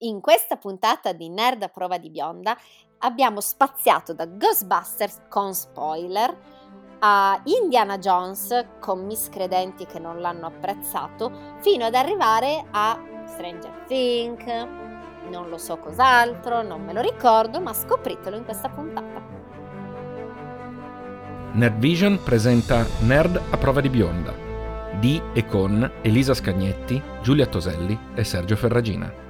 In questa puntata di Nerd a prova di bionda abbiamo spaziato da Ghostbusters con spoiler a Indiana Jones con miscredenti che non l'hanno apprezzato fino ad arrivare a Stranger Things, non lo so cos'altro, non me lo ricordo, ma scopritelo in questa puntata. Nerd Vision presenta Nerd a prova di bionda di e con Elisa Scagnetti, Giulia Toselli e Sergio Ferragina.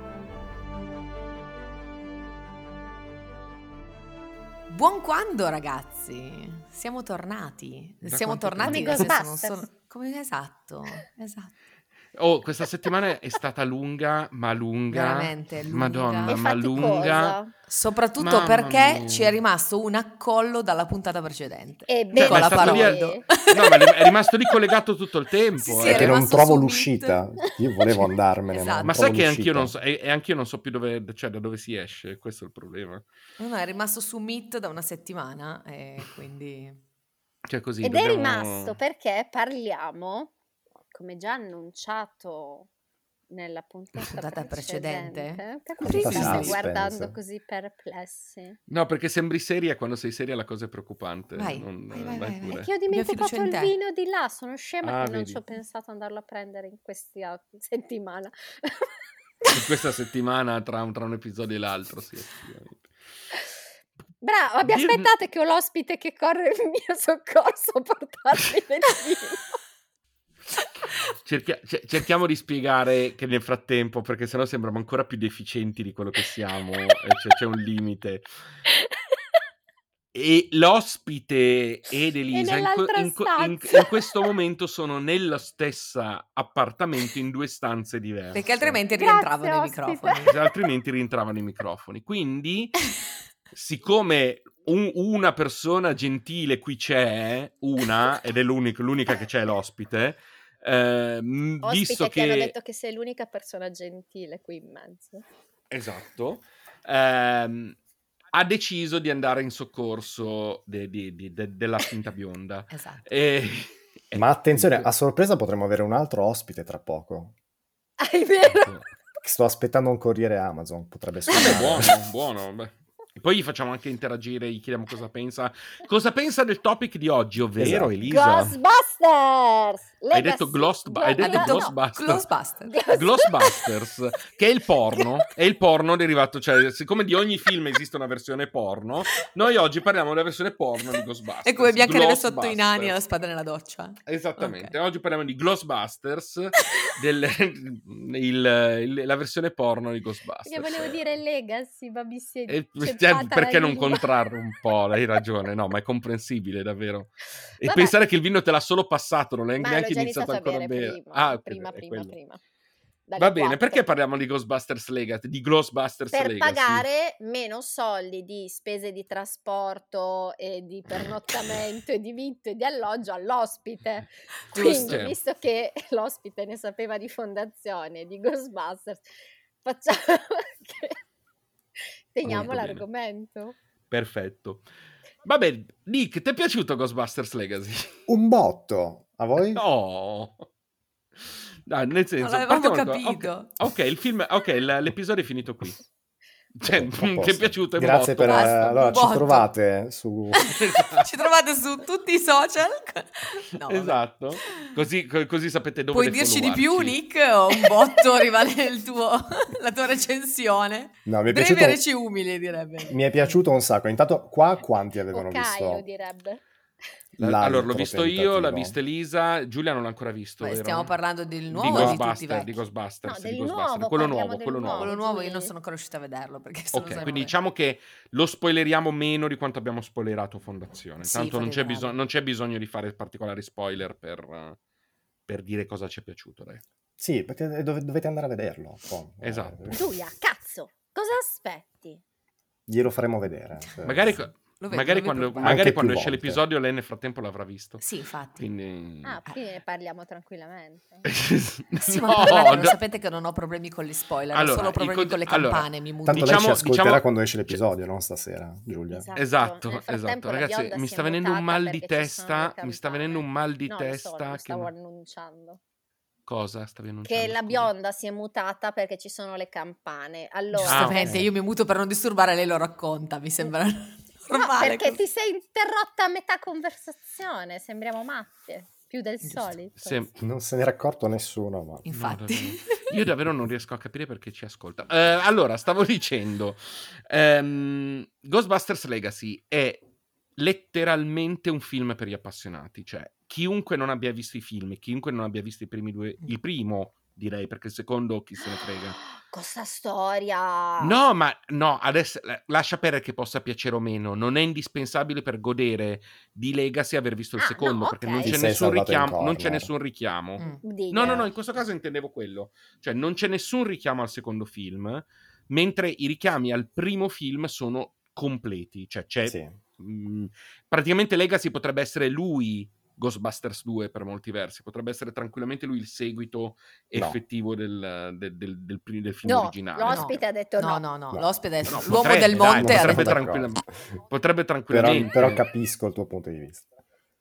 Buon quando ragazzi, siamo tornati, Da siamo quanto tornati tempo? nel senso, non Ghostbusters. sono- come esatto, esatto. Oh, questa settimana è stata lunga, ma lunga. Veramente lunga. Madonna, È ma lunga. faticosa, Soprattutto Mamma perché mia. ci è rimasto un accollo dalla puntata precedente. Cioè, è Beh, ma bella è stato lì a- No, ma è rimasto lì collegato tutto il tempo. Sì, sì, eh. è Perché non rimasto trovo subito. l'uscita. Io volevo andarmene. Esatto. non Ma trovo sai che anch'io l'uscita. non so, e, e anch'io non so più dove, cioè, da dove si esce, questo è il problema. No, no, è rimasto su Meet da una settimana e quindi... Cioè così. Ed è dobbiamo- rimasto perché parliamo, come già annunciato nella puntata, Puntata precedente? precedente, perché Puntata mi state suspense. guardando così perplessi? No, perché sembri seria, quando sei seria la cosa è preoccupante. Vai, non- vai, vai, vai, vai. pure. Perché ho Abbiamo dimenticato fiducia in il te. vino di là, sono scema Ah, che non vedi. ci ho pensato andarlo a prendere in questa settimana. In questa settimana tra un, tra un episodio e l'altro, sì, effettivamente. Bravo, abbi- Dir- aspettate che ho l'ospite che corre in mio soccorso a portarmi il vino. Cerchia- ce- cerchiamo di spiegare che nel frattempo, perché sennò sembriamo ancora più deficienti di quello che siamo, eh, cioè, c'è un limite. E l'ospite ed Elisa in, que- nell'altra in que- in- stanza. in questo momento sono nello stesso appartamento in due stanze diverse. Perché altrimenti Grazie, rientrava nei ospite. microfoni. Esatto, altrimenti rientravano i microfoni. Quindi, siccome un- una persona gentile qui c'è, una, ed è l'unico- l'unica che c'è è l'ospite, ehm, Ospite visto che... hanno che... detto che sei l'unica persona gentile qui in mezzo. Esatto. Ehm, ha deciso di andare in soccorso de- di- di- de- della finta bionda. Esatto. E- Ma attenzione, a sorpresa potremmo avere un altro ospite tra poco. Ah, è Ecco. vero? Sto aspettando un corriere Amazon, potrebbe Vabbè, suonare. Ah, buono, buono. beh. Poi gli facciamo anche interagire, gli chiediamo cosa pensa. Cosa pensa del topic di oggi, ovvero Esatto. Elisa? Ghostbusters! Hai Legacy- detto Glost- hai detto Ah, no, Ghost- Ghostbusters. Ghostbusters. Ghost- Ghostbusters, che è il porno, è il porno derivato, cioè siccome di ogni film esiste una versione porno, noi oggi parliamo della versione porno di Ghostbusters. È come Biancaneve sotto i Ghostbusters. nani e la spada nella doccia. Esattamente, oggi parliamo di Ghostbusters, del- il- il- la versione porno di Ghostbusters. Perché volevo dire Legacy, ma mi si è Eh, ceppata cioè, la perché non lingua. contrarre un po'? Hai ragione, no, ma è comprensibile davvero. E Vabbè. pensare che il vino te l'ha solo passato, non è Ma neanche l'ho già iniziato iniziato a ancora bere bene. prima, Ah, prima, ok, è prima, quello. prima. Va Dalle bene, quattro. perché parliamo di Ghostbusters Legacy? Di Ghostbusters Per Legacy? pagare meno soldi di spese di trasporto e di pernottamento e di vitto e di alloggio all'ospite. Quindi, Giusto. visto che l'ospite ne sapeva di fondazione, di Ghostbusters, facciamo che teniamo Molto bene. l'argomento. Perfetto. Va bene, Nick, ti è piaciuto Ghostbusters Legacy? Un botto. A voi? No. Dai, nel Non senso, l'avevamo partiamo da- capito. Ok, ok, il film, ok, l- l'episodio è finito qui. Cioè, Ok, a ti è posto. piaciuto? È morto, Grazie per... eh, basta, allora, un botto. ci trovate su... Ci trovate su tutti i social. No, vabbè. Esatto. Così, co- così sapete dove Puoi dirci di più, followarci. Nick? O un botto rivale il tuo, la tua recensione? No, mi è Brevi e piaciuto... reci umili, direbbe. Mi è piaciuto un sacco. Intanto qua quanti avevano Ok, lo visto? direbbe. La- Allora, l'ho l'altro visto io, l'ha tentativo? visto Elisa, Giulia non l'ha ancora visto. Beh, vero? stiamo parlando del di nuovo e di tutti i Ghostbusters, di vecchi. Ghostbusters, No, di del Ghostbusters. nuovo, quello parliamo nuovo, del quello nuovo. Quello nuovo io Giulia. non sono ancora riuscita a vederlo perché sono Ok, sempre- quindi diciamo che lo spoileriamo meno di quanto abbiamo spoilerato Fondazione. Sì, Tanto non fate c'è, bravo. bisogno, non c'è bisogno di fare particolari spoiler per, eh, per dire cosa ci è piaciuto. dai. Sì, perché dov- dovete andare a vederlo. poi. Esatto. Eh, Giulia, cazzo, cosa aspetti? Glielo faremo vedere. cioè. Magari, co- Lo vedo, magari lo vedo quando, preoccupato. magari Anche quando più esce volte. l'episodio lei nel frattempo l'avrà visto. Sì, infatti. Quindi... Ah, qui ne parliamo tranquillamente. Eh, Sì, ma No, parlate, lo da- sapete che non ho problemi con gli spoiler, ho Allora, solo i problemi con- con le allora, campane, mi muto. Tanto lei Diciamo- ci ascolterà diciamo- quando esce l'episodio, non stasera, Giulia. Esatto, Nel esatto, frattempo la ragazzi, bionda mi si è sta venendo un mutata mal di perché ci sono le testa, mi sta venendo un campane. mal di No, lo so, testa lo che stavo annunciando. Cosa stavi annunciando? Che la scusa? bionda si è mutata perché ci sono le campane. Allora, Ah, ok. Giustamente, io mi muto per non disturbare, lei lo racconta, mi sembra No, normale. perché così. ti sei interrotta a metà conversazione, sembriamo matte, più del Giusto. solito. Sem- Non se n'era accorto nessuno, ma... No, Infatti. Io davvero non riesco a capire perché ci ascolta. Eh, allora, stavo dicendo, ehm, Ghostbusters Legacy è letteralmente un film per gli appassionati, cioè chiunque non abbia visto i film, chiunque non abbia visto i primi due, il primo direi, perché il secondo chi se ne frega. Questa storia. No, ma no, adesso la- lascia perdere che possa piacere o meno, non è indispensabile per godere di Legacy aver visto il Ah, secondo, no, perché ok. non Ti c'è, sei nessun salvato in richiamo, non c'è corner. nessun richiamo. Mm. Dica. No, no, no, in questo caso intendevo quello. Cioè, non c'è nessun richiamo al secondo film, mentre i richiami al primo film sono completi. Cioè, c'è. Sì. mh, praticamente Legacy potrebbe essere lui. Ghostbusters 2 per molti versi potrebbe essere tranquillamente lui il seguito No. effettivo del, del- del- del pri- del film No, originale. l'ospite ha detto no. No, no, no, No. l'ospite è No, l'uomo potrebbe, del dai, monte. ha potrebbe detto- tranquillamente- Potrebbe Eh, Però, tranquillamente. però capisco il tuo punto di vista.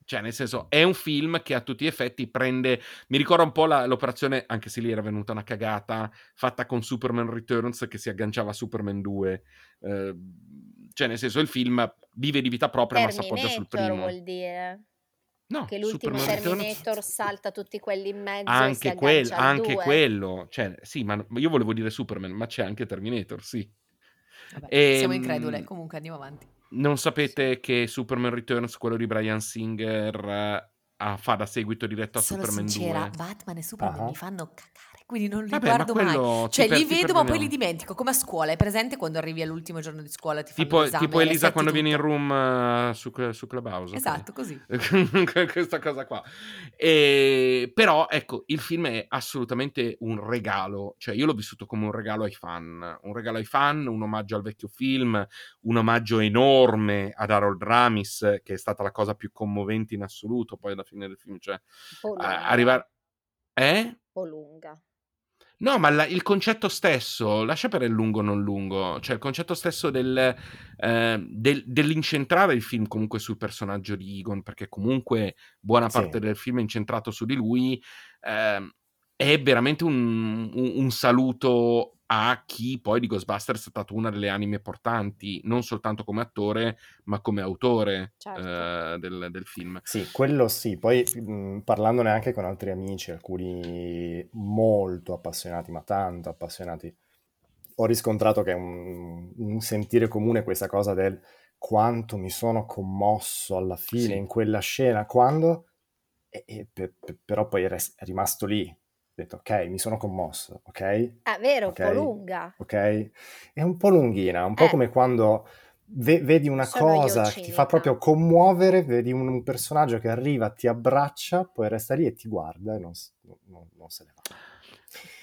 Cioè, nel senso, è un film che a tutti gli effetti prende. Mi ricorda un po' la- l'operazione, anche se lì era venuta una cagata, fatta con Superman Returns che si agganciava a Superman 2. Eh, cioè, nel senso, il film vive di vita propria, ma si appoggia sul Terminator primo. vuol dire. No, Che l'ultimo Superman Returns- Terminator salta tutti quelli in mezzo e si Anche, aggancia quel- al anche due. quello. Cioè, sì, ma ma io volevo dire Superman, ma c'è anche Terminator, sì. Vabbè, Ehm, siamo incredule, comunque andiamo avanti. Non sapete che Superman Returns, quello di Brian Singer, eh, ha- fa da seguito diretto a Sono Superman sincera, 2? Batman e Superman Ah. mi fanno cagare, quindi non li Vabbè, guardo ma mai. quello ti Cioè, per- li ti vedo, ma poi perdoniamo. li dimentico, come a scuola. È presente quando arrivi all'ultimo giorno di scuola e ti fanno Tipo, l'esame, tipo Elisa resetti quando viene in tutto. room eh, su, su Clubhouse. ok. Esatto, così. Questa cosa qua. E- però, ecco, il film è assolutamente un regalo. Cioè, io l'ho vissuto come un regalo ai fan. Un regalo ai fan, un omaggio al vecchio film, un omaggio enorme ad Harold Ramis, che è stata la cosa più commovente in assoluto poi alla fine del film. Cioè, Un po' lunga, a- arrivare... Eh? un po' lunga. No, ma la- il concetto stesso, lascia per il lungo o non lungo, cioè il concetto stesso del, eh, del- dell'incentrare il film comunque sul personaggio di Egon, perché comunque buona Sì. parte del film è incentrato su di lui, ehm, è veramente un, un- un saluto a chi poi di Ghostbusters è stato una delle anime portanti, non soltanto come attore, ma come autore Certo. eh, del, del film. Sì, quello sì. Poi mh, parlandone anche con altri amici, alcuni molto appassionati, ma tanto appassionati, ho riscontrato che è un, un sentire comune questa cosa del quanto mi sono commosso alla fine Sì. in quella scena, quando... e- e pe- pe- però poi è res- è rimasto lì. Ho detto, ok, mi sono commosso, ok? È Ah, vero, un Ok. po' lunga. ok? È un po' lunghina, un po' Eh. come quando ve- vedi una Sono io cosa che ti cinica. fa proprio commuovere, vedi un, un personaggio che arriva, ti abbraccia, poi resta lì e ti guarda e non, s- non- non se ne va.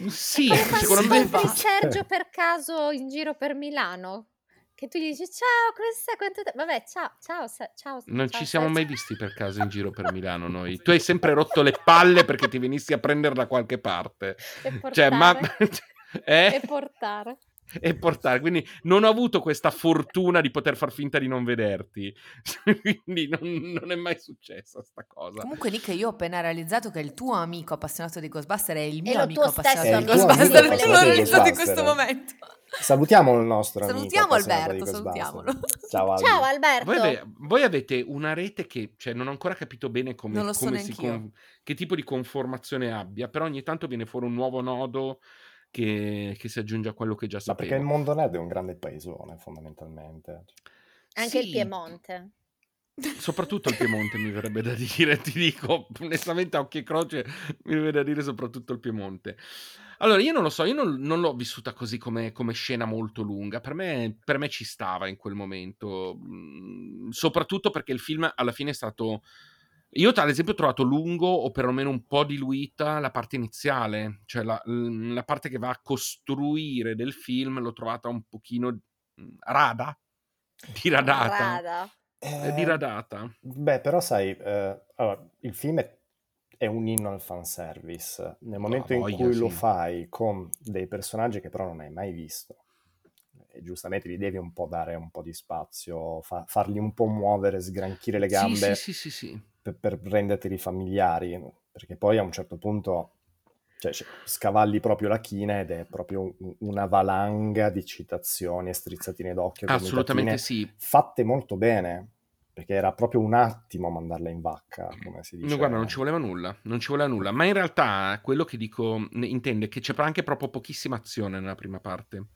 Sì, Come quando secondo fa- me... incontri va. Sergio per caso in giro per Milano. Che tu gli dici ciao, come stai? Quanto te-" Vabbè, ciao, ciao, Se- ciao. Non ciao, ci siamo Sergio." mai visti per caso in giro per Milano noi. Tu hai sempre rotto le palle perché ti venissi a prendere da qualche parte. E portare, Cioè, ma... e eh? portare. E portare. Quindi non ho avuto questa fortuna di poter far finta di non vederti. Quindi non, non è mai successa sta cosa. Comunque, Nick, io ho appena realizzato che il tuo amico appassionato di Ghostbuster è il mio lo amico tuo appassionato stesso di amico Ghostbuster. appassionato Ce l'ho di realizzato in Ghostbuster. questo momento. Salutiamo il nostro Salutiamo amico. appassionato Alberto, di Ghostbusters. salutiamolo. Ciao Alberto. Ciao Alberto. Voi, certo. ave- voi avete una rete che cioè, non ho ancora capito bene come, Non lo so come si neanch'io. con- che tipo di conformazione abbia, però ogni tanto viene fuori un nuovo nodo che, che si aggiunge a quello che già Ma perché il sapevo. mondo nerd è un grande paesone, fondamentalmente. Anche il Sì. Piemonte. Soprattutto il Piemonte mi verrebbe da dire, ti dico onestamente a occhi e croce, mi verrebbe da dire soprattutto il Piemonte. Allora, io non lo so, io non, non l'ho vissuta così come, come scena molto lunga, per me, per me ci stava in quel momento, Mm, soprattutto perché il film alla fine è stato... Io ad esempio ho trovato lungo o perlomeno un po' diluita la parte iniziale, cioè la, la parte che va a costruire del film l'ho trovata un pochino mm, rada, diradata. Rada. È diradata. Beh, però sai, eh, allora, il film è, è un inno al fanservice. Nel momento in Ah, voglia, cui lo sì. fai con dei personaggi che però non hai mai visto, e giustamente gli devi un po' dare un po' di spazio, fa- farli un po' muovere, sgranchire le Sì, gambe Sì, sì, sì, sì. per, per renderteli familiari, perché poi a un certo punto Cioè, c- scavalli proprio la china ed è proprio un- una valanga di citazioni e strizzatine d'occhio. Assolutamente gomitatine, sì. Fatte molto bene, perché era proprio un attimo mandarla in vacca, come si dice. No, guarda, non ci voleva nulla, non ci voleva nulla, ma in realtà quello che dico n- intende che c'è anche proprio pochissima azione nella prima parte.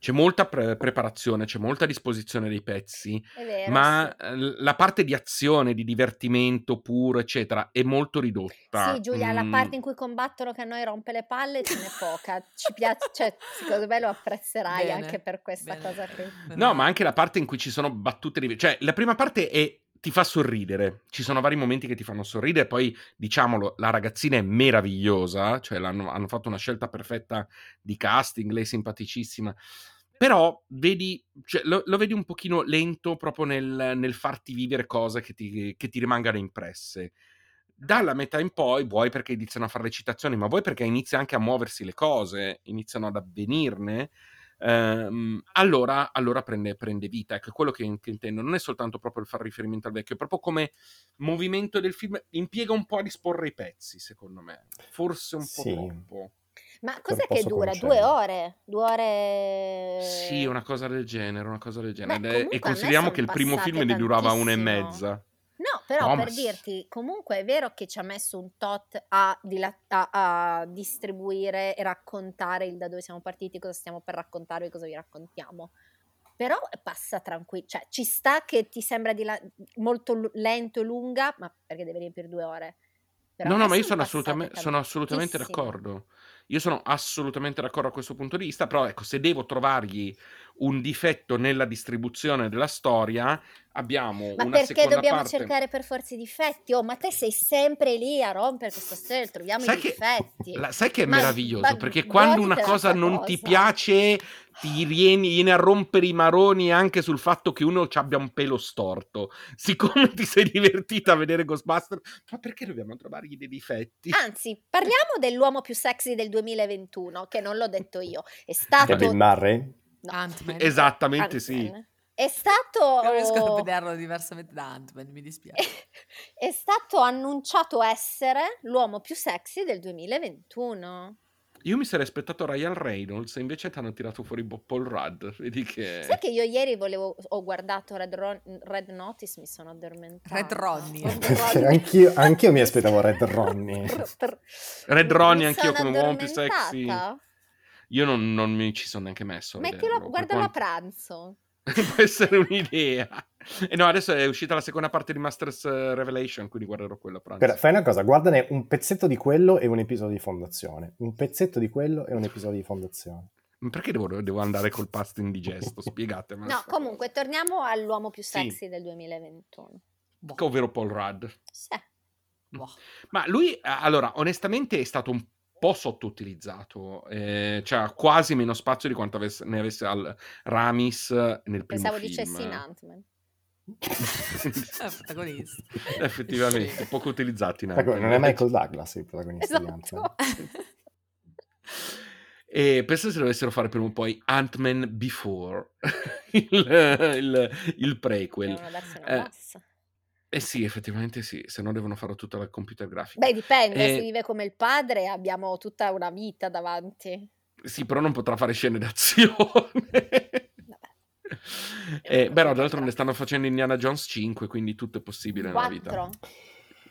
C'è molta pre- preparazione, c'è molta disposizione dei pezzi, È vero, ma sì. eh, la parte di azione, di divertimento puro, eccetera, è molto ridotta. Sì, Giulia, la Mm, parte in cui combattono che a noi rompe le palle ce n'è poca. Ci piace, cioè, secondo me lo apprezzerai Bene, anche per questa bene. cosa qui. No, ma anche la parte in cui ci sono battute di... Cioè, la prima parte è... ti fa sorridere. Ci sono vari momenti che ti fanno sorridere. Poi, diciamolo, la ragazzina è meravigliosa. Cioè, l'hanno- hanno fatto una scelta perfetta di casting. Lei è simpaticissima. Però vedi, cioè, lo, lo vedi un pochino lento proprio nel, nel farti vivere cose che ti, che ti rimangano impresse. Dalla metà in poi, vuoi perché iniziano a fare le citazioni, ma vuoi perché inizia anche a muoversi le cose, iniziano ad avvenirne, ehm, allora, allora prende, prende vita. Ecco, è quello che, che intendo non è soltanto proprio il fare riferimento al vecchio, è proprio come movimento del film, impiega un po' a disporre i pezzi, secondo me. Forse un po' Sì. troppo. Ma cos'è che posso dura? concedere. Due ore? Due ore... Sì, una cosa del genere, una cosa del genere. Eh. Beh, Ed comunque è- e a me consideriamo son che il primo film passate ne durava una e tantissimo. mezza. No, però No, ma per sì. dirti, comunque è vero che ci ha messo un tot a, dila- a- a distribuire e raccontare il da dove siamo partiti, cosa stiamo per raccontarvi, cosa vi raccontiamo. Però passa tranquillo, cioè ci sta che ti sembra di la- molto lu- lento e lunga, ma perché deve riempire due ore. Però No, a no, me ma io son sono passate assolutamente, sono assolutamente tantissime. d'accordo. Io sono assolutamente d'accordo a questo punto di vista, però ecco, se devo trovargli un difetto nella distribuzione della storia, abbiamo Ma una perché seconda dobbiamo parte. cercare per forza i difetti? Oh, ma te sei sempre lì a rompere questa storia, troviamo Sai i che- difetti. La- sai che è Ma- meraviglioso? ma perché quando una goditela cosa sta non ti cosa. piace, ti rieni- viene a rompere i maroni anche sul fatto che uno ci abbia un pelo storto. Siccome ti sei divertita a vedere Ghostbusters, ma perché dobbiamo trovargli dei difetti? Anzi, parliamo dell'uomo più sexy del 2021, che non l'ho detto io. È È stato... Bill Murray? no, Ant-Man. Esattamente sì. Ant-Man. È stato... Non riesco a vederlo diversamente da Ant-Man, mi dispiace. È stato annunciato essere l'uomo più sexy del 2021. Io mi sarei aspettato Ryan Reynolds, e invece ti hanno tirato fuori Bo- Paul Rudd. Vedi che... Sai che io ieri volevo, ho guardato Red, Ron- Red Notice, mi sono addormentata. Red Ronnie. Perché anch'io, anch'io mi aspettavo Red Ronnie. Red Ronnie, anch'io sono come uomo più sexy. addormentata. Io non, non mi ci sono neanche messo. a vederlo, Mettilo, per guardalo a quanto- pranzo. Può essere un'idea. E no, adesso è uscita la seconda parte di Masters eh, Revelation, quindi guarderò quello a pranzo. Però fai una cosa, guardane un pezzetto di quello e un episodio di fondazione. Un pezzetto di quello e un episodio di fondazione. Ma Perché devo, devo andare col pasto indigesto? Spiegatemi. No, comunque torniamo all'uomo più Sì. sexy del 2021. Boh, Ovvero Paul Rudd. Sì. boh. Ma lui, eh, allora, onestamente è stato un po' sottoutilizzato, eh, cioè ha quasi meno spazio di quanto avesse- ne avesse al Ramis eh, nel primo Pensavo film. dicessi in Ant-Man. È protagonista. Effettivamente, poco utilizzato in Ecco, Ant-Man. non è Michael Douglas il protagonista di Ant-Man. Esatto. E pensa se dovessero fare prima o poi Ant-Man Before, il, il- il prequel. Devono darsi una Eh. mossa. Eh sì, effettivamente sì, se no devono farlo tutta la computer grafica. Beh, dipende, Eh. se vive come il padre abbiamo tutta una vita davanti. Sì, però non potrà fare scene d'azione. Vabbè. Eh, però d'altro ne stanno facendo Indiana Jones 5, quindi tutto è possibile nella vita. Quattro.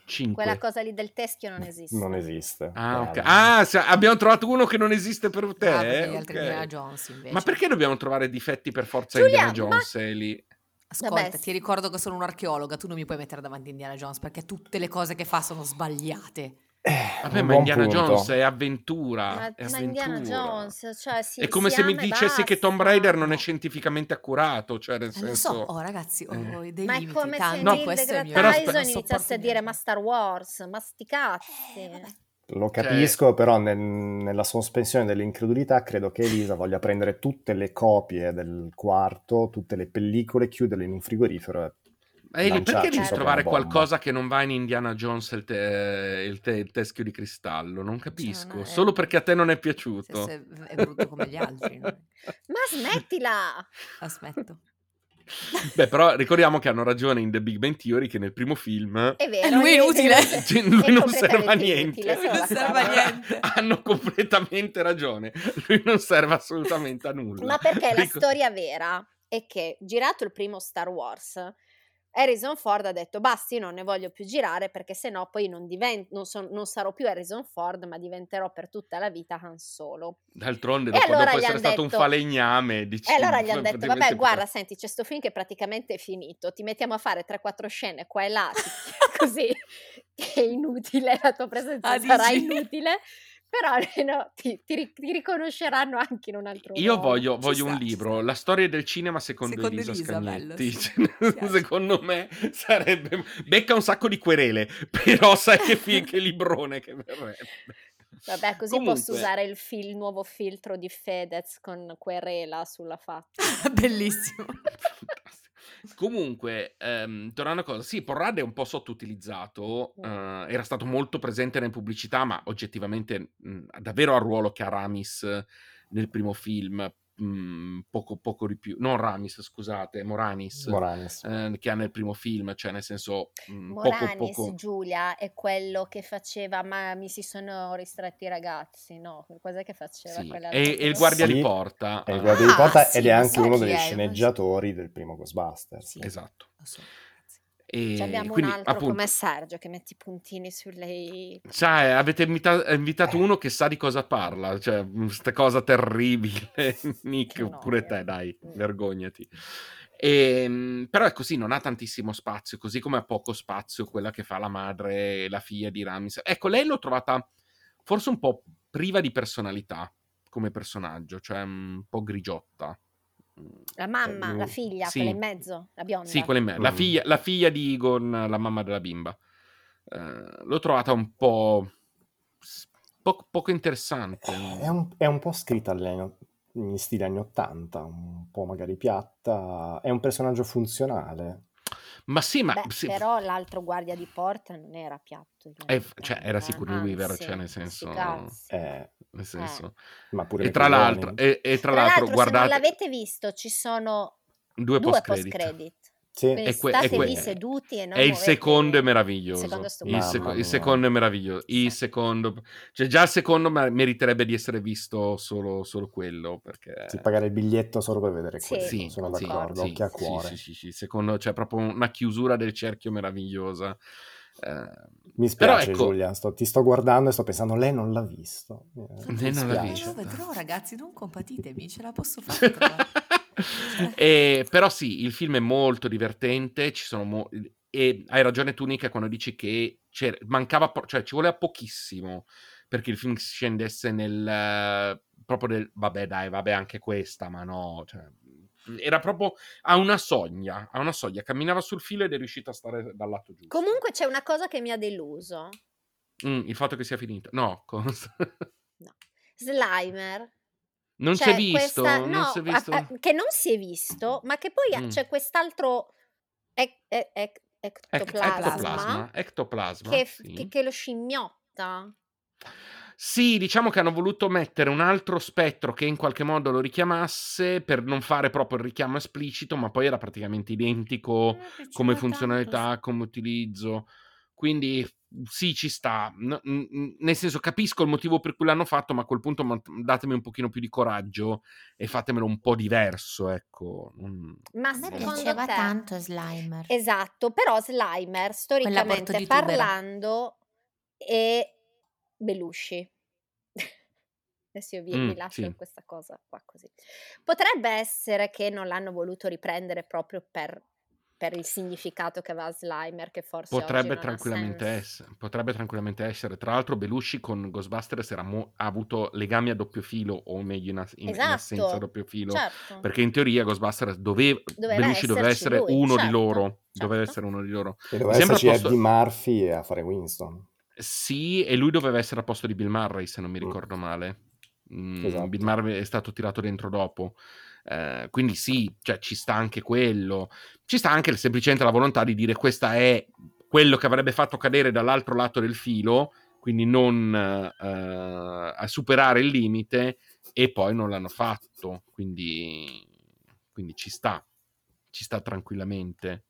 5. Quella cosa lì del teschio non esiste. Non esiste. Ah, ok. Bravo. Ah, se- abbiamo trovato uno che non esiste per te. Bravo, eh? Ah, gli altri Ok. Indiana Jones invece. Ma perché dobbiamo trovare difetti per forza Giulia, Indiana Jones eh, lì? Ascolta, Vabbè, sì. ti ricordo che sono un'archeologa, tu non mi puoi mettere davanti Indiana Jones perché tutte le cose che fa sono sbagliate. Eh, Vabbè, un ma buon Indiana punto. Jones è avventura. Ma, Ah, è ma Indiana avventura. Jones, cioè si, è come si se mi ama e dicessi che Tomb basta. Raider non è No. scientificamente accurato, cioè nel Eh, Lo senso... so, oh ragazzi, ho Eh. dei Ma è limiti, come se tanti, No, Neil questo è deGrasse il mio però- limite, non Tyson iniziasse sopporto a dire niente. ma Star Wars, ma sti cazzi. Eh, vabbè. Lo capisco, però nel- nella sospensione dell'incredulità credo che Elisa voglia prendere tutte le copie del quarto, tutte le pellicole, chiuderle in un frigorifero e Ma Eli, perché lanciarci devi sopra trovare una bomba. qualcosa che non va in Indiana Jones il, te- il te- il teschio di cristallo? Non capisco. non è- Solo perché a te non è piaciuto. Se- se è brutto come gli altri, no? Ma smettila! Aspetto. Beh, però ricordiamo che hanno ragione in The Big Bang Theory che nel primo film È vero. Eh, Lui è inutile. Cioè, lui È non completamente serve a inutile, niente. se lo Non lasciamo serve a andare. niente. hanno completamente ragione. Lui non serve assolutamente a nulla. Ma perché la Ricor- storia vera è che girato il primo Star Wars, Harrison Ford ha detto basta, io non ne voglio più girare perché sennò poi non, diven- non, son- non sarò più Harrison Ford, ma diventerò per tutta la vita Han Solo. D'altronde, E dopo, allora dopo gli essere han stato un detto- falegname, dici, E allora gli hanno detto, praticamente vabbè, potrà- guarda, senti, c'è sto film che è praticamente finito, ti mettiamo a fare 3-4 scene qua e là, ti- così è inutile, la tua presenza Ah, sarà dici? inutile, però almeno ti, ti ri- ti riconosceranno anche in un altro Io modo. voglio, Ci voglio sta, un ci libro, sta. La storia del cinema secondo, Secondo Elisa, Elisa, bello, Scagnetti. sì. Cioè, Mi piace. secondo me sarebbe... Becca un sacco di querele, però sai che, fi- che librone che verrebbe. Vabbè, così posso Comunque, usare il, fil- il nuovo filtro di Fedez con querela sulla faccia. Bellissimo. Fantastico. Comunque, ehm, tornando a cosa, sì, Porrad è un po' sottoutilizzato, Mm. eh, era stato molto presente nelle pubblicità, ma oggettivamente mh, davvero al ruolo che ha Ramis eh, nel primo film, mh, poco, poco di più, non Ramis, scusate, Moranis, Moranis. eh, che ha nel primo film, cioè nel senso mh, poco, Moranis, poco... Giulia, è quello che faceva, ma mi si sono ristretti i ragazzi, no? Cos'è che faceva sì. quella E, roba? e il guardia Sì. di porta. È il eh, guardia Ah, di porta sì, ed è lo anche so uno chi degli è, lo so. sceneggiatori del primo Ghostbusters. Sì. Esatto. Lo so, ragazzi. E Ci Cioè, abbiamo quindi, un altro appunto, come Sergio che mette i puntini sulle... Cioè, avete invita- invitato uno che sa di cosa parla, cioè, mh, sta cosa terribile, Nick, Che oppure noia. te, dai, Mm. vergognati. Ehm, però è così, non ha tantissimo spazio, così come ha poco spazio quella che fa la madre e la figlia di Ramis. Ecco, lei l'ho trovata forse un po' priva di personalità come personaggio, cioè un po' grigiotta. La mamma, la figlia, Eh, boh, sì. quella in mezzo, la bionda. Sì, quella in me. La Mm. figlia, la figlia di Egon, la mamma della bimba. Eh, l'ho trovata un po'. s- poco, poco interessante. È un, è un po' scritta alle- in stile anni 80, un po' magari piatta. È un personaggio funzionale. Ma sì, ma. Beh, sì, però l'altro guardia di porta non era piatto. eh, f- cioè, era sicuro di Weaver, anzi, cioè, nel senso. sti cazzi. eh, Nel senso. ma pure E perché tra i giovani- l'altro, e, e tra eh. Tra l'altro, l'altro, se non guardate l'avete visto, ci sono due due post-credit. post-credit. Sì. Quindi E que- state e que- lì seduti e non è il muovete- secondo è Il meraviglioso. secondo è il, stupendo. Mamma seco- il mia. secondo è meraviglioso. Il secondo, cioè, già il secondo mer- meriterebbe di essere visto solo, solo quello. Perché Sì, pagare il biglietto solo per vedere Sì, quello, sì, sono sì, d'accordo, sì, occhio a sì, cuore. Sì, sì, sì, secondo c'è proprio una chiusura del cerchio meravigliosa. Eh, Mi spiace Però, ecco- Giulia, sto- ti sto guardando e sto pensando, lei non l'ha visto. Eh, Lei mi non l'ha spiace. visto. Eh, lo vedrò, ragazzi, non compatitemi, ce la posso fare. tra l'altro. Eh, però sì, il film è molto divertente, ci sono mo- e hai ragione tu Nica quando dici che c'era- mancava, po- cioè ci voleva pochissimo perché il film scendesse nel eh, proprio del vabbè dai, vabbè anche questa, ma no, cioè, era proprio a una soglia, a una soglia, camminava sul filo ed è riuscita a stare dal lato giusto. Comunque c'è una cosa che mi ha deluso. Mm, il fatto che sia finito. No, cosa? Slimer. Non c'è si è visto, Cioè, questa- non no, si è visto. a- a- che non si è visto, ma che poi ha- Mm. c'è quest'altro ec- e- ec- Ect- ectoplasma, Ectoplasma, ectoplasma, Che, sì. che- che lo scimmiotta. Sì, diciamo che hanno voluto mettere un altro spettro che in qualche modo lo richiamasse per non fare proprio il richiamo esplicito, ma poi era praticamente Ah, identico Eh, piaceva come tanto, funzionalità, come utilizzo. Quindi sì, ci sta. N- n- n- nel senso capisco il motivo per cui l'hanno fatto, ma a quel punto ma- datemi un pochino più di coraggio e fatemelo un po' diverso, ecco. Mm. Ma A me secondo piaceva te- tanto Slimer. Esatto, però Slimer, storicamente di tubera. parlando, è Belushi. Adesso io vi, Mm, vi lascio sì. questa cosa qua così. Potrebbe essere che non l'hanno voluto riprendere proprio per, per il significato che aveva Slimer, che forse oggi Potrebbe non ha tranquillamente, senso. essere, potrebbe tranquillamente essere. Tra l'altro, Belushi con Ghostbusters era mo- ha avuto legami a doppio filo, o meglio, in, as- in- in Esatto. assenza a doppio filo. Certo. Perché in teoria Ghostbusters doveva, Doveva Belushi doveva esserci essere lui, uno di certo, loro. Doveva certo. essere uno di loro. E doveva Mi sembra esserci posto- Eddie Murphy a fare Winston. Sì, e lui doveva essere a posto di Bill Murray, se non mi Mm. ricordo male. Mm, Esatto. Bill Murray è stato tirato dentro dopo. Eh, quindi sì, cioè, ci sta anche quello. Ci sta anche semplicemente la volontà di dire questa è quello che avrebbe fatto cadere dall'altro lato del filo, quindi non eh, a superare il limite e poi non l'hanno fatto. Quindi, quindi ci sta. ci sta tranquillamente.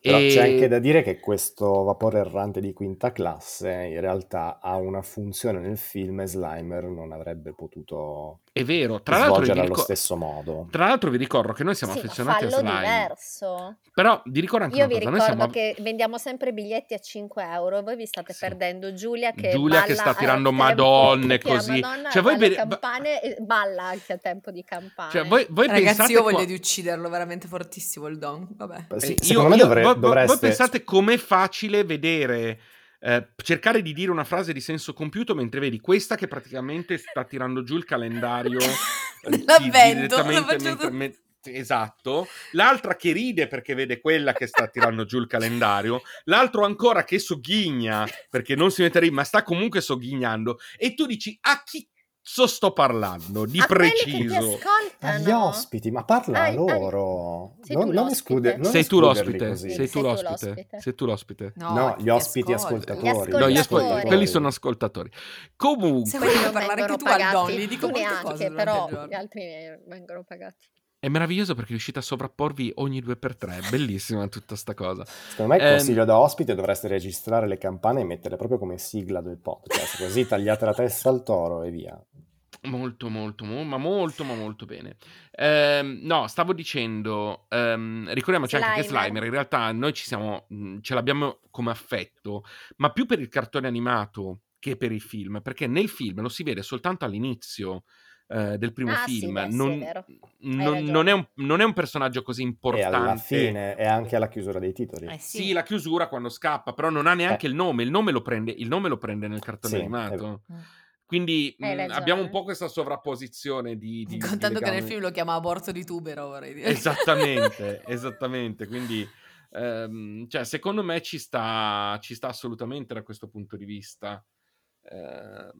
Però E- c'è anche da dire che questo vapore errante di quinta classe in realtà ha una funzione nel film e Slimer non avrebbe potuto È vero, tra l'altro, vi svolgere allo ricor- stesso modo. tra l'altro vi ricordo che noi siamo Sì, ma affezionati a fallo slime. diverso. Però vi ricordo anche Io una vi cosa, noi ricordo siamo- che vendiamo sempre biglietti a 5 euro. Voi vi state Sì. perdendo Giulia che Giulia che balla sta a tirando tempo- madonne tira così. Madonna Cioè, cioè, voi voi ve- campane e balla anche a tempo di campane. Cioè, voi, voi Ragazzi, pensate io voglio qua- di ucciderlo, veramente fortissimo il Don. Vabbè. Sì, Eh, io- secondo me io- dovre- voi- voi- dovreste... Voi pensate com'è facile vedere, eh, cercare di dire una frase di senso compiuto mentre vedi questa che praticamente sta tirando giù il calendario eh, di- Dell'avvento, lo direttamente faccio mentre- tutto. men- Esatto, l'altra che ride perché vede quella che sta tirando giù il calendario, l'altro ancora che sogghigna perché non si mette a ridere, ma sta comunque sogghignando. E tu dici a chi so sto parlando di A quelli che ti preciso? ascoltano. Agli ospiti, ma parla Ah, a ah, loro. sei non tu non, l'ospite. esclude, non Sei tu escluderli l'ospite, così. sei tu Sei tu l'ospite, l'ospite. sei tu l'ospite. No, chi gli ti ospiti ascolta? Gli ascoltatori. No, gli ascoltatori. ascoltatori, quelli sono ascoltatori. Comunque, Se Quelli vuoi non parlare vengono anche tu al Don, pagati. gli dico Tu quante neanche, cose durante però il giorno. gli altri eh, vengono pagati. è meraviglioso perché riuscite a sovrapporvi ogni due per tre, è bellissima tutta sta cosa. Secondo me il Ehm. consiglio da ospite dovreste registrare le campane e metterle proprio come sigla del podcast, così tagliate la testa al toro e via. Molto, molto, mo- ma molto, ma molto bene. Ehm, no, stavo dicendo, ehm, ricordiamoci anche che Slimer. Slimer in realtà noi ci siamo, mh, ce l'abbiamo come affetto, ma più per il cartone animato che per il film, perché nel film lo si vede soltanto all'inizio eh, del primo Ah, sì, film, beh, sì, è non, vero. non- ragione. non è un, non è un personaggio così E importante. alla fine, e anche alla chiusura dei titoli. Eh Sì, la chiusura quando scappa, però non ha neanche Eh. il nome. Il nome lo prende, il nome lo prende nel cartone Sì, animato. è- Mm. Quindi Hai mh, ragione. abbiamo un po' questa sovrapposizione di. di- di Contando che legame. nel film lo chiama aborto di tubero, vorrei dire. Esatto. Esattamente, esattamente. Quindi, ehm, cioè, secondo me ci sta, ci sta assolutamente da questo punto di vista. Ehm,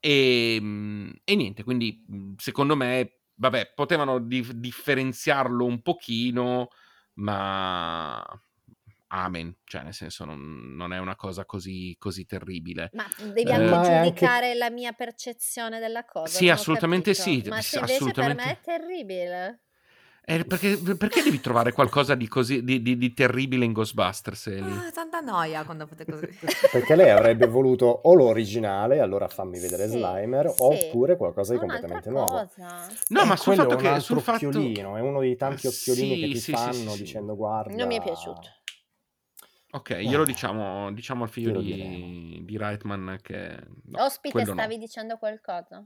e, mh, e niente, quindi mh, secondo me, vabbè, potevano dif- differenziarlo un pochino, ma amen, cioè nel senso non, non è una cosa così, così terribile. Ma devi Eh, anche ma è anche- giudicare la mia percezione della cosa. Sì, non ho assolutamente capito. sì, Ma sì, se invece assolutamente. per me è terribile. Eh, perché, perché devi trovare qualcosa di così di, di- di terribile in Ghostbusters? Eli? Ah, tanta noia quando fate così. Perché lei avrebbe voluto o l'originale, allora fammi vedere Sì, Slimer, sì. oppure qualcosa di Ma un'altra completamente nuovo. cosa. No, Eh, ma sul quello fatto è un che altro sul fatto Ah, occhiolino, è uno dei tanti occhiolini che Sì, ti sì, sì, fanno sì, sì. dicendo guarda. Non mi è piaciuto. Ok, glielo Eh, diciamo, diciamo al figlio glielo di, diremo. di Reitman che no, Ospite, quello no. stavi dicendo qualcosa?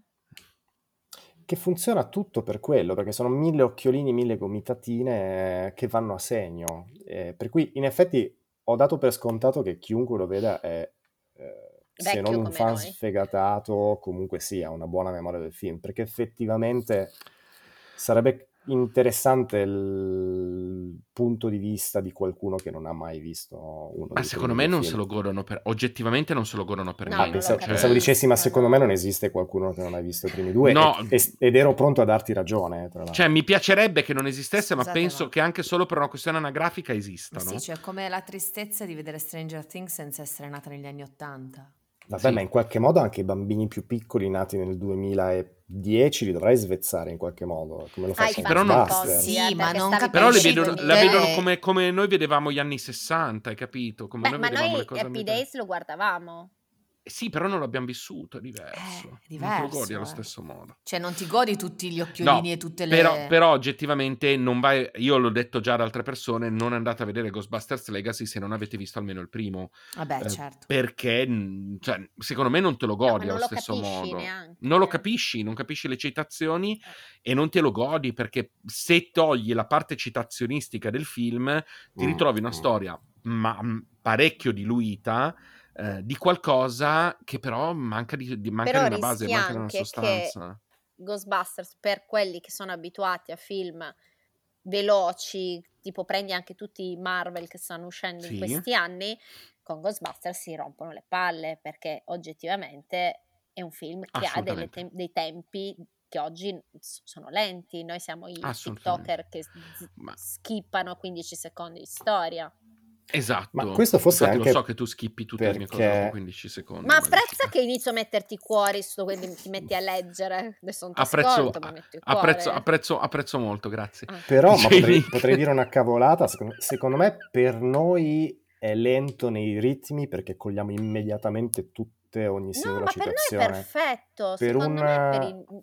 Che funziona tutto per quello, perché sono mille occhiolini, mille gomitatine eh, che vanno a segno. Eh, per cui in effetti ho dato per scontato che chiunque lo veda è, eh, se Vecchio non un come fan noi. sfegatato, comunque sì, ha una buona memoria del film, perché effettivamente sarebbe interessante il punto di vista di qualcuno che non ha mai visto uno Ma dei secondo me primi due non se film. lo godono per oggettivamente non se lo godono per No, Ah, non niente. cioè lo pensavo, capisco. pensavo dicessi, ma no. secondo me non esiste qualcuno che non ha visto i primi due. No. e- e- ed ero pronto a darti ragione, eh, tra l'altro. Cioè, mi piacerebbe che non esistesse, ma Scusate, penso ma- che anche solo per una questione anagrafica esistano. Esatto. Sì, cioè come la tristezza di vedere Stranger Things senza essere nata negli anni Ottanta. Vabbè, sì. ma in qualche modo anche i bambini più piccoli nati nel 2010 li dovrai svezzare in qualche modo, come lo Hai faccio fatto però con non- Buster. Sì, Sì, eh, ma perché non stavi Però le Capisci, vedono, quindi- la vedono Eh. come, come noi vedevamo gli anni 60, hai capito? Come Beh, noi ma vedevamo noi le cose Happy americane. Days lo guardavamo. Sì, però non l'abbiamo vissuto, è diverso. Eh, è non te lo diverso, godi allo eh. stesso modo. Cioè non ti godi tutti gli occhiolini e tutte le... Però, però oggettivamente non vai, io l'ho detto già ad altre persone, non andate a vedere Ghostbusters Legacy se non avete visto almeno il primo, Vabbè, eh, certo. perché mh, cioè, secondo me non te lo No, godi ma non allo lo stesso capisci modo. neanche. Cioè, Non lo capisci, non capisci le citazioni Eh. e non te lo godi perché se togli la parte citazionistica del film ti Mm, ritrovi una mm. storia ma, mh, parecchio diluita eh, di qualcosa che però manca di, di- manca Però di una base, rischi manca di una anche che- sostanza. Ghostbusters per quelli che sono abituati a film veloci, tipo prendi anche tutti i Marvel che stanno uscendo in Sì. questi anni, con Ghostbusters si rompono le palle perché oggettivamente è un film che ha delle Assolutamente. tem- dei tempi che oggi s- sono lenti, noi siamo i Assolutamente. TikToker che s- Ma- skippano 15 secondi di storia. Esatto. Ma questo forse Infatti anche lo so che tu schippi tutte le mie cose perché- dopo 15 secondi. Ma mannaggia. apprezza che inizio a metterti cuori su quindi ti metti a leggere. Adesso non ti Apprezzo- ascolto, ma metto i cuori. Apprezzo, apprezzo, apprezzo molto, grazie. Però ma Sì. potrei, potrei dire una cavolata, secondo, secondo me per noi è lento nei ritmi perché cogliamo immediatamente tutte, ogni No, singola ma per noi è citazione. perfetto. Per Secondo una- me per, i- mhmm,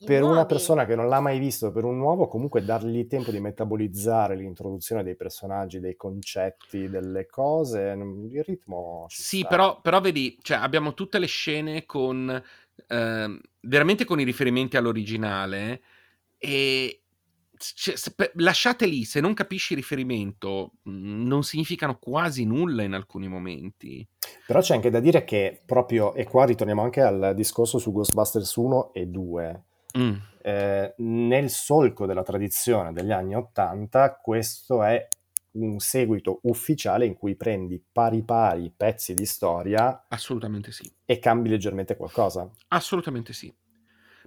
i per una nuovi. persona che non l'ha mai visto, per un nuovo, comunque dargli tempo di metabolizzare l'introduzione dei personaggi, dei concetti, delle cose, non- il ritmo... ci Sì, sta. però, però vedi, cioè, abbiamo tutte le scene con ehm, veramente con i riferimenti all'originale e cioè, se- per- lasciate lì, se non capisci il riferimento, mh, non significano quasi nulla in alcuni momenti. Però c'è anche da dire che proprio, e qua ritorniamo anche al discorso su Ghostbusters 1 e 2, Mm. eh, nel solco della tradizione degli anni 80, questo è un seguito ufficiale in cui prendi pari pari pezzi di storia Assolutamente sì. e cambi leggermente qualcosa. Assolutamente sì.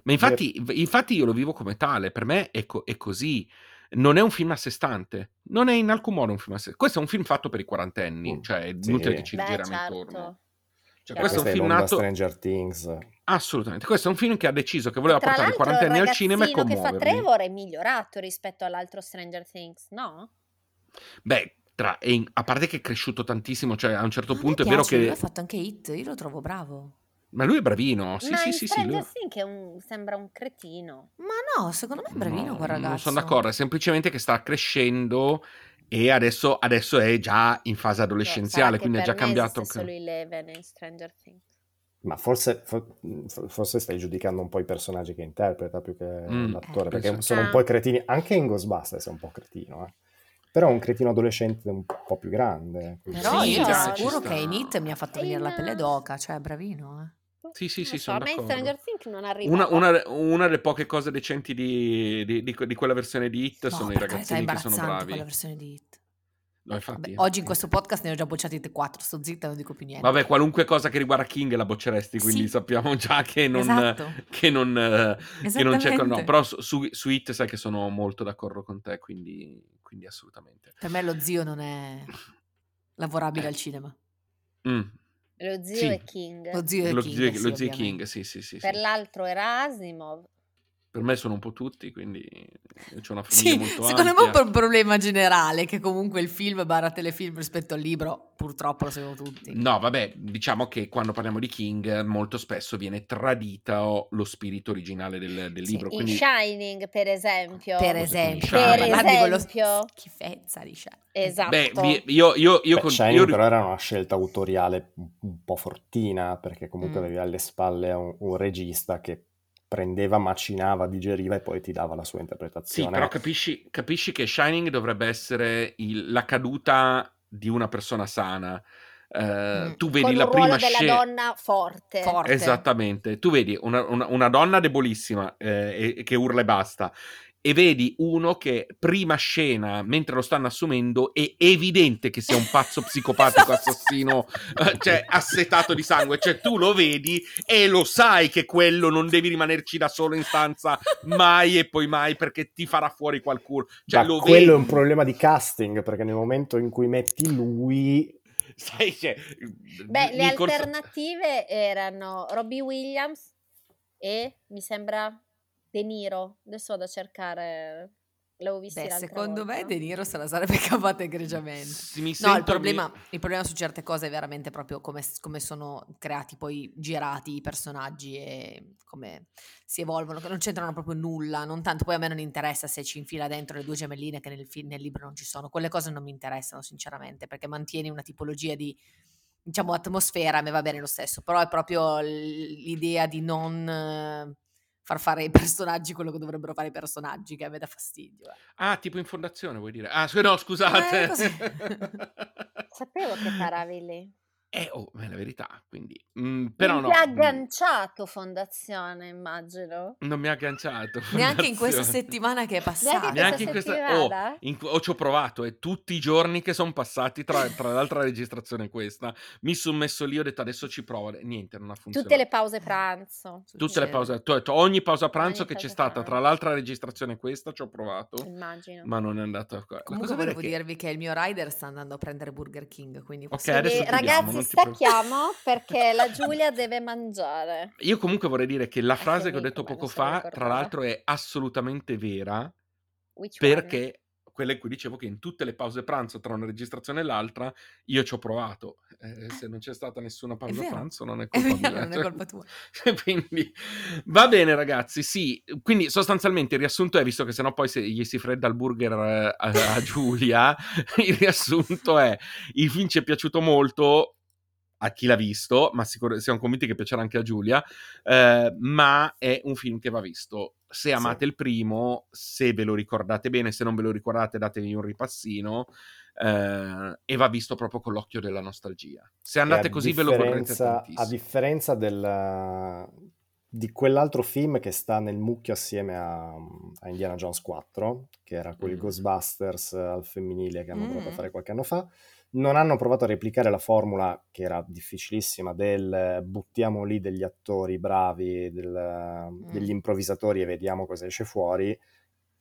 Ma infatti, infatti io lo vivo come tale, per me è, co- è così. Non è un film a sé stante, non è in alcun modo un film a sé Questo è un film fatto per i quarantenni, Mm, cioè è sì. inutile che ci Beh, giriamo certo. intorno. Cioè, Chiaro. questo è un film l'onda nato Stranger Things. assolutamente. Questo è un film che ha deciso che voleva Tra portare i l'altro, il quarantenni al cinema e ragazzino che fa commuoverli. Trevor è migliorato rispetto all'altro Stranger Things, no? Beh, tra- e in- a parte che è cresciuto tantissimo, cioè a un certo A me punto è piace, vero Lui ha che fatto anche hit, io lo trovo bravo. ma lui è bravino. Sì, Ma sì, in sì, sì, lui- Stranger Things è un- sembra un cretino. cioè, Ma no, secondo me è bravino No, quel ragazzo. Non sono d'accordo, è semplicemente che sta crescendo e adesso, adesso è già in esatto, fase adolescenziale, quindi ha già cambiato. anche. solo Eleven in Stranger Things. Ma forse, fo- forse stai giudicando un po' i personaggi che interpreta più che Mm, l'attore, eh, perché penso- sono un Ah. po' i cretini, anche in Ghostbusters è un po' cretino, eh. però è un cretino adolescente un po' più grande. quindi- Però Sì, io ti dai, ci assicuro sta. che in hit mi ha fatto È venire la in- pelle d'oca, cioè è bravino, eh. Sì, sì, Non sì, so, sono a me in d'accordo. Stranger Things non arriva. Una, una- una delle poche cose decenti di, di- di- di quella versione di Hit No, sono i per carità, è ragazzini che sono imbarazzante bravi. quella versione di hit. No, infatti. Vabbè, oggi in questo podcast ne ho già bocciati te quattro, sto zitta, non dico più niente. Vabbè, qualunque cosa che riguarda King la bocceresti, quindi Sì. sappiamo già che non, Esatto. che non, eh, che non c'è. No, Esattamente. però su, su su Hit sai che sono molto d'accordo con te, quindi, quindi assolutamente. Per me lo zio non è lavorabile al cinema. Mm. Lo zio Sì. è King. Lo zio è Lo King. zio, sì, lo zio ovviamente. King, sì, sì, sì. sì. Per l'altro era Asimov. per me sono un po' tutti, quindi c'è una famiglia Sì, molto secondo me è un ampia. po' un problema generale che comunque il film barra telefilm rispetto al libro purtroppo lo sappiamo tutti. No, vabbè, diciamo che quando parliamo di King molto spesso viene tradita o lo spirito originale del, del Sì. libro. In Quindi, Shining, per esempio. Per Cose esempio, come Shining. parlate di quello esempio. schifezza di Shining. Esatto. beh, vi- io, io, io, Beh, con- Shining io- però era una scelta autoriale un- un po' fortina, perché comunque Mm. avevi alle spalle un, un regista che prendeva, macinava, digeriva e poi ti dava la sua sì, interpretazione. però capisci, capisci che Shining dovrebbe essere il- la caduta di una persona sana. Eh, Mm. Tu Con vedi un la prima ruolo della scena. donna forte. Forte. Esattamente, tu vedi una, una- una donna debolissima eh, e- che urla e basta, e vedi uno che prima scena, mentre lo stanno assumendo, è evidente che sia un pazzo psicopatico Esatto. assassino, eh, cioè assetato di sangue, cioè tu lo vedi e lo sai che quello non devi rimanerci da solo in stanza mai e poi mai perché ti farà fuori qualcuno. Cioè, Ma lo quello è vedi. un problema di casting, perché nel momento in cui metti lui... sai, cioè, Beh, le in corso- alternative erano Robbie Williams e mi sembra De Niro. Adesso vado a cercare. L'avevo vista Beh, l'altra secondo me volta. De Niro se la sarebbe cavata egregiamente. Sì, mi No, sento- il mi- problema, il problema su certe cose è veramente proprio come, come sono creati, poi girati i personaggi e come si evolvono, che non c'entrano proprio nulla, non tanto, poi a me non interessa se ci infila dentro le due gemelline che nel, film, nel libro non ci sono, quelle cose non mi interessano sinceramente perché mantieni una tipologia di, diciamo, atmosfera, a me va bene lo stesso, però è proprio l- l'idea di non eh, far fare ai personaggi quello che dovrebbero fare i personaggi che a me dà fastidio. eh. Ah, tipo in fondazione vuoi dire? Ah, scu- no, Eh, scusate. così. Sapevo che paravi lì. Eh, oh, è la verità, quindi... mm, però no, Ti ha mm, agganciato Fondazione, immagino. non mi ha agganciato. Neanche in questa Fondazione. settimana che è passata. Neanche Neanche in questa questa... Oh, settimana? in que- oh, ci ho provato e tutti i giorni che sono passati tra, tra l'altra registrazione e questa, mi sono messo lì ho detto adesso ci provo. Niente, non ha funzionato. Tutte le pause pranzo, Tutte le Succede. pause, cioè, tu- tu- ogni pausa pranzo Ogni che c'è pausa stata pranzo. tra l'altra registrazione e questa ci ho Esatto. provato, immagino. ma non è andata ancora. Ma Comunque cosa vera volevo che- dirvi che il mio rider sta andando a prendere Burger King, quindi Ok, possiamo- adesso Quindi, chiudiamo, ragazzi, non ti preoccupare. stacchiamo perché la Giulia deve mangiare. Io comunque vorrei dire che la È frase che ho finito, detto ma non poco se lo fa, ricordava. tra l'altro, è assolutamente vera Which one? perché quella in cui dicevo che in tutte le pause pranzo tra una registrazione e l'altra io ci ho provato. Eh, se non c'è stata nessuna Esatto. pausa vero. pranzo non è È colpa vero, mia. non è colpa tua. quindi va bene ragazzi sì quindi sostanzialmente il riassunto è visto che sennò poi se gli si fredda il burger eh, a, a Giulia il riassunto è il film ci è piaciuto molto a chi l'ha visto ma sicur- siamo convinti che piacerà anche a Giulia eh, ma è un film che va visto se amate il primo se ve lo ricordate bene se non ve lo ricordate datevi un ripassino eh, e va visto proprio con l'occhio della nostalgia se andate E a così ve lo vorrete differenza- tantissimo A differenza del, di quell'altro film che sta nel mucchio assieme a, a Indiana Jones 4, che era quel Mm. Ghostbusters al femminile che hanno provato a Mm. fare qualche anno fa, non hanno provato a replicare la formula che era difficilissima del eh, buttiamo lì degli attori bravi, del, eh, Mm. degli improvvisatori e vediamo cosa esce fuori.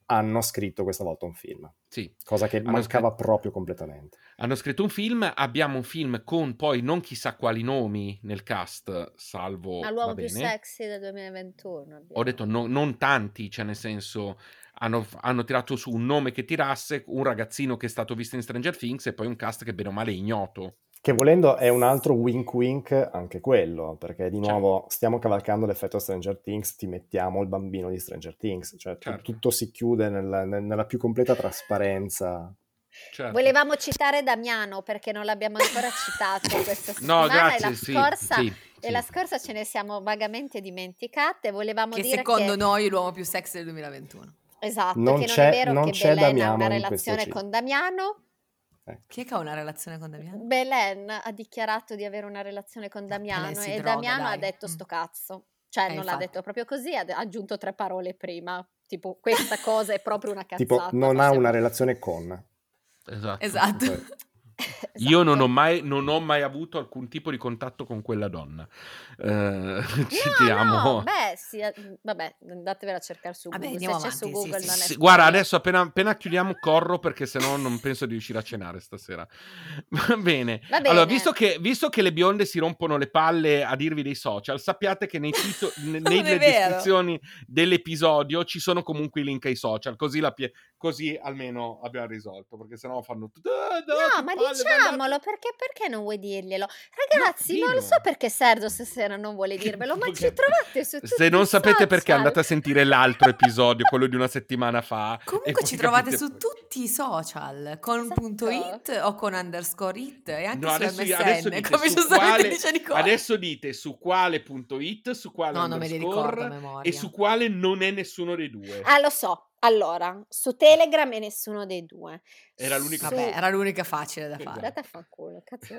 Hanno scritto questa volta un film, sì cosa che Hanno mancava scritto- proprio completamente. Hanno scritto un film, abbiamo un film con poi non chissà quali nomi nel cast, salvo... Ma l'uomo Oh, va più bene. sexy del 2021. abbiamo. Ho detto no- non tanti, cioè nel senso hanno, hanno tirato su un nome che tirasse, un ragazzino che è stato visto in Stranger Things e poi un cast che bene o male è ignoto. Che volendo è un altro wink wink anche quello, perché di Certo. nuovo stiamo cavalcando l'effetto Stranger Things, ti mettiamo il bambino di Stranger Things, cioè tu- Certo. tutto si chiude nella, nel- nella più completa trasparenza. Certo. Volevamo citare Damiano perché non l'abbiamo ancora citato questa settimana No, grazie, e la sì, scorsa sì, e sì. la scorsa ce ne siamo vagamente dimenticate. Volevamo Che dire secondo che noi è l'uomo più sexy del 2021. esatto, Non che non c'è- è vero non che c'è Belen ha Damiano una in relazione questo con Damiano. Chi è che ha una relazione con Uh, Damiano? Belen ha dichiarato di avere una relazione con Damiano Belen si e droga, Damiano ha dai. detto Mm. sto cazzo. Cioè, Eh, non l'ha infatti. detto proprio così, ha ha aggiunto tre parole prima. Tipo, questa cosa è proprio una cazzata. tipo, non ha possiamo- una relazione con. Esatto. Esatto. Cioè, Io non Esatto. ho, mai, non ho mai avuto alcun tipo di contatto con quella donna. Eh, No, citiamo. no, beh, sì, eh, vabbè, andatevela a cercare su Vabbè, Google. Se andiamo c'è su avanti, sì, Google sì, non è Sì, spoiler. guarda, adesso appena, appena chiudiamo corro perché sennò non penso di riuscire a cenare stasera. Va bene. Va Allora, bene. visto che, visto che le bionde si rompono le palle a dirvi dei social, sappiate che nei tito- ne- Non è nelle vero. descrizioni dell'episodio ci sono comunque i link ai social, così, la pie- così almeno abbiamo risolto, perché sennò fanno... tutto, "Ah, No, che ma diciamo, palle, diciamolo, perché, perché non vuoi dirglielo? Ragazzi, No, non lo dillo. so perché Sergio stasera non vuole dirvelo, ma ci trovate su tutti Se non i sapete perché social. andate a sentire l'altro episodio, quello di una settimana fa. e Comunque poi ci trovate capite- su tutti i social con Esatto. punto .it o con underscore it e anche No, su MSN, dite come su giustamente quale- dice Nicola. adesso dite su quale punto it, su quale no, non me li ricordo a underscore memoria. e su quale non è nessuno dei due. Ah, lo so. Allora, su Telegram e nessuno dei due. Era l'unica Su- Vabbè, era l'unica facile da fare. Andate a fanculo, cazzo.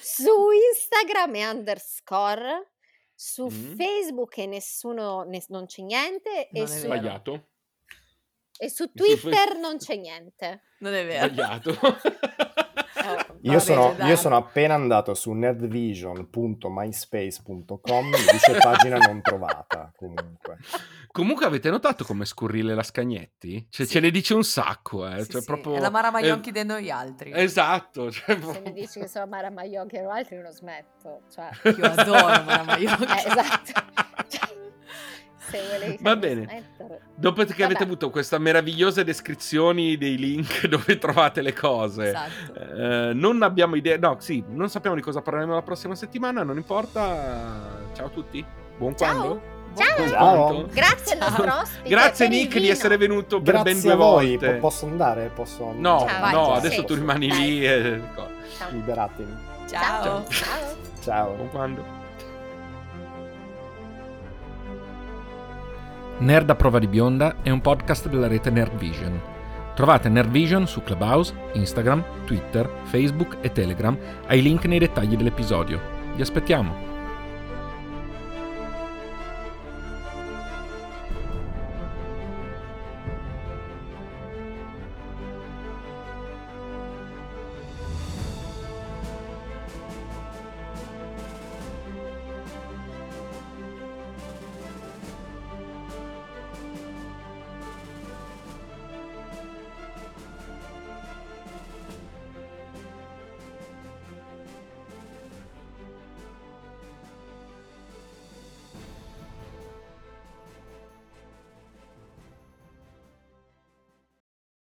su Instagram e underscore, su Mm. Facebook e nessuno, ne- non c'è niente, Non e è su, vero. Sbagliato. e su Su Fe- Twitter non c'è niente. Non è vero. Sbagliato. Oh. Io, Vabbè, sono, dai. io sono appena andato su nerdvision.myspace.com, mi dice pagina non trovata comunque. Comunque avete notato come scurrile la Scagnetti? Cioè, Sì. ce ne dice un sacco, eh. Sì, Cioè, sì, proprio- È la Mara Maionchi eh, di noi altri. Esatto. cioè, Se mi dici che sono Mara Maiocchi o altri, non smetto. Cioè, Io adoro Mara Maionchi. Eh, esatto. Cioè, se volevi Va farmi bene. smettere. Dopo che avete Vabbè. avuto queste meravigliose descrizioni dei link dove trovate le cose, Esatto. Eh, non abbiamo idea, no, sì, non sappiamo di cosa parleremo la prossima settimana, non importa. Ciao a tutti. Buon Ciao. quando? Ciao. Buon Ciao. quanto? Grazie al Ciao. nostro ospite. Grazie per il Nick di vino. essere venuto per ben Grazie due a voi, volte. po- posso andare? Posso... No, Ciao, vai, no, sì. adesso tu rimani Dai. lì e co- Ciao. Liberatemi. Ciao. Ciao. Ciao. buon quando. Nerd a prova di bionda è un podcast della rete Nerd Vision. Trovate Nerd Vision su Clubhouse, Instagram, Twitter, Facebook e Telegram ai link nei dettagli dell'episodio. Vi aspettiamo!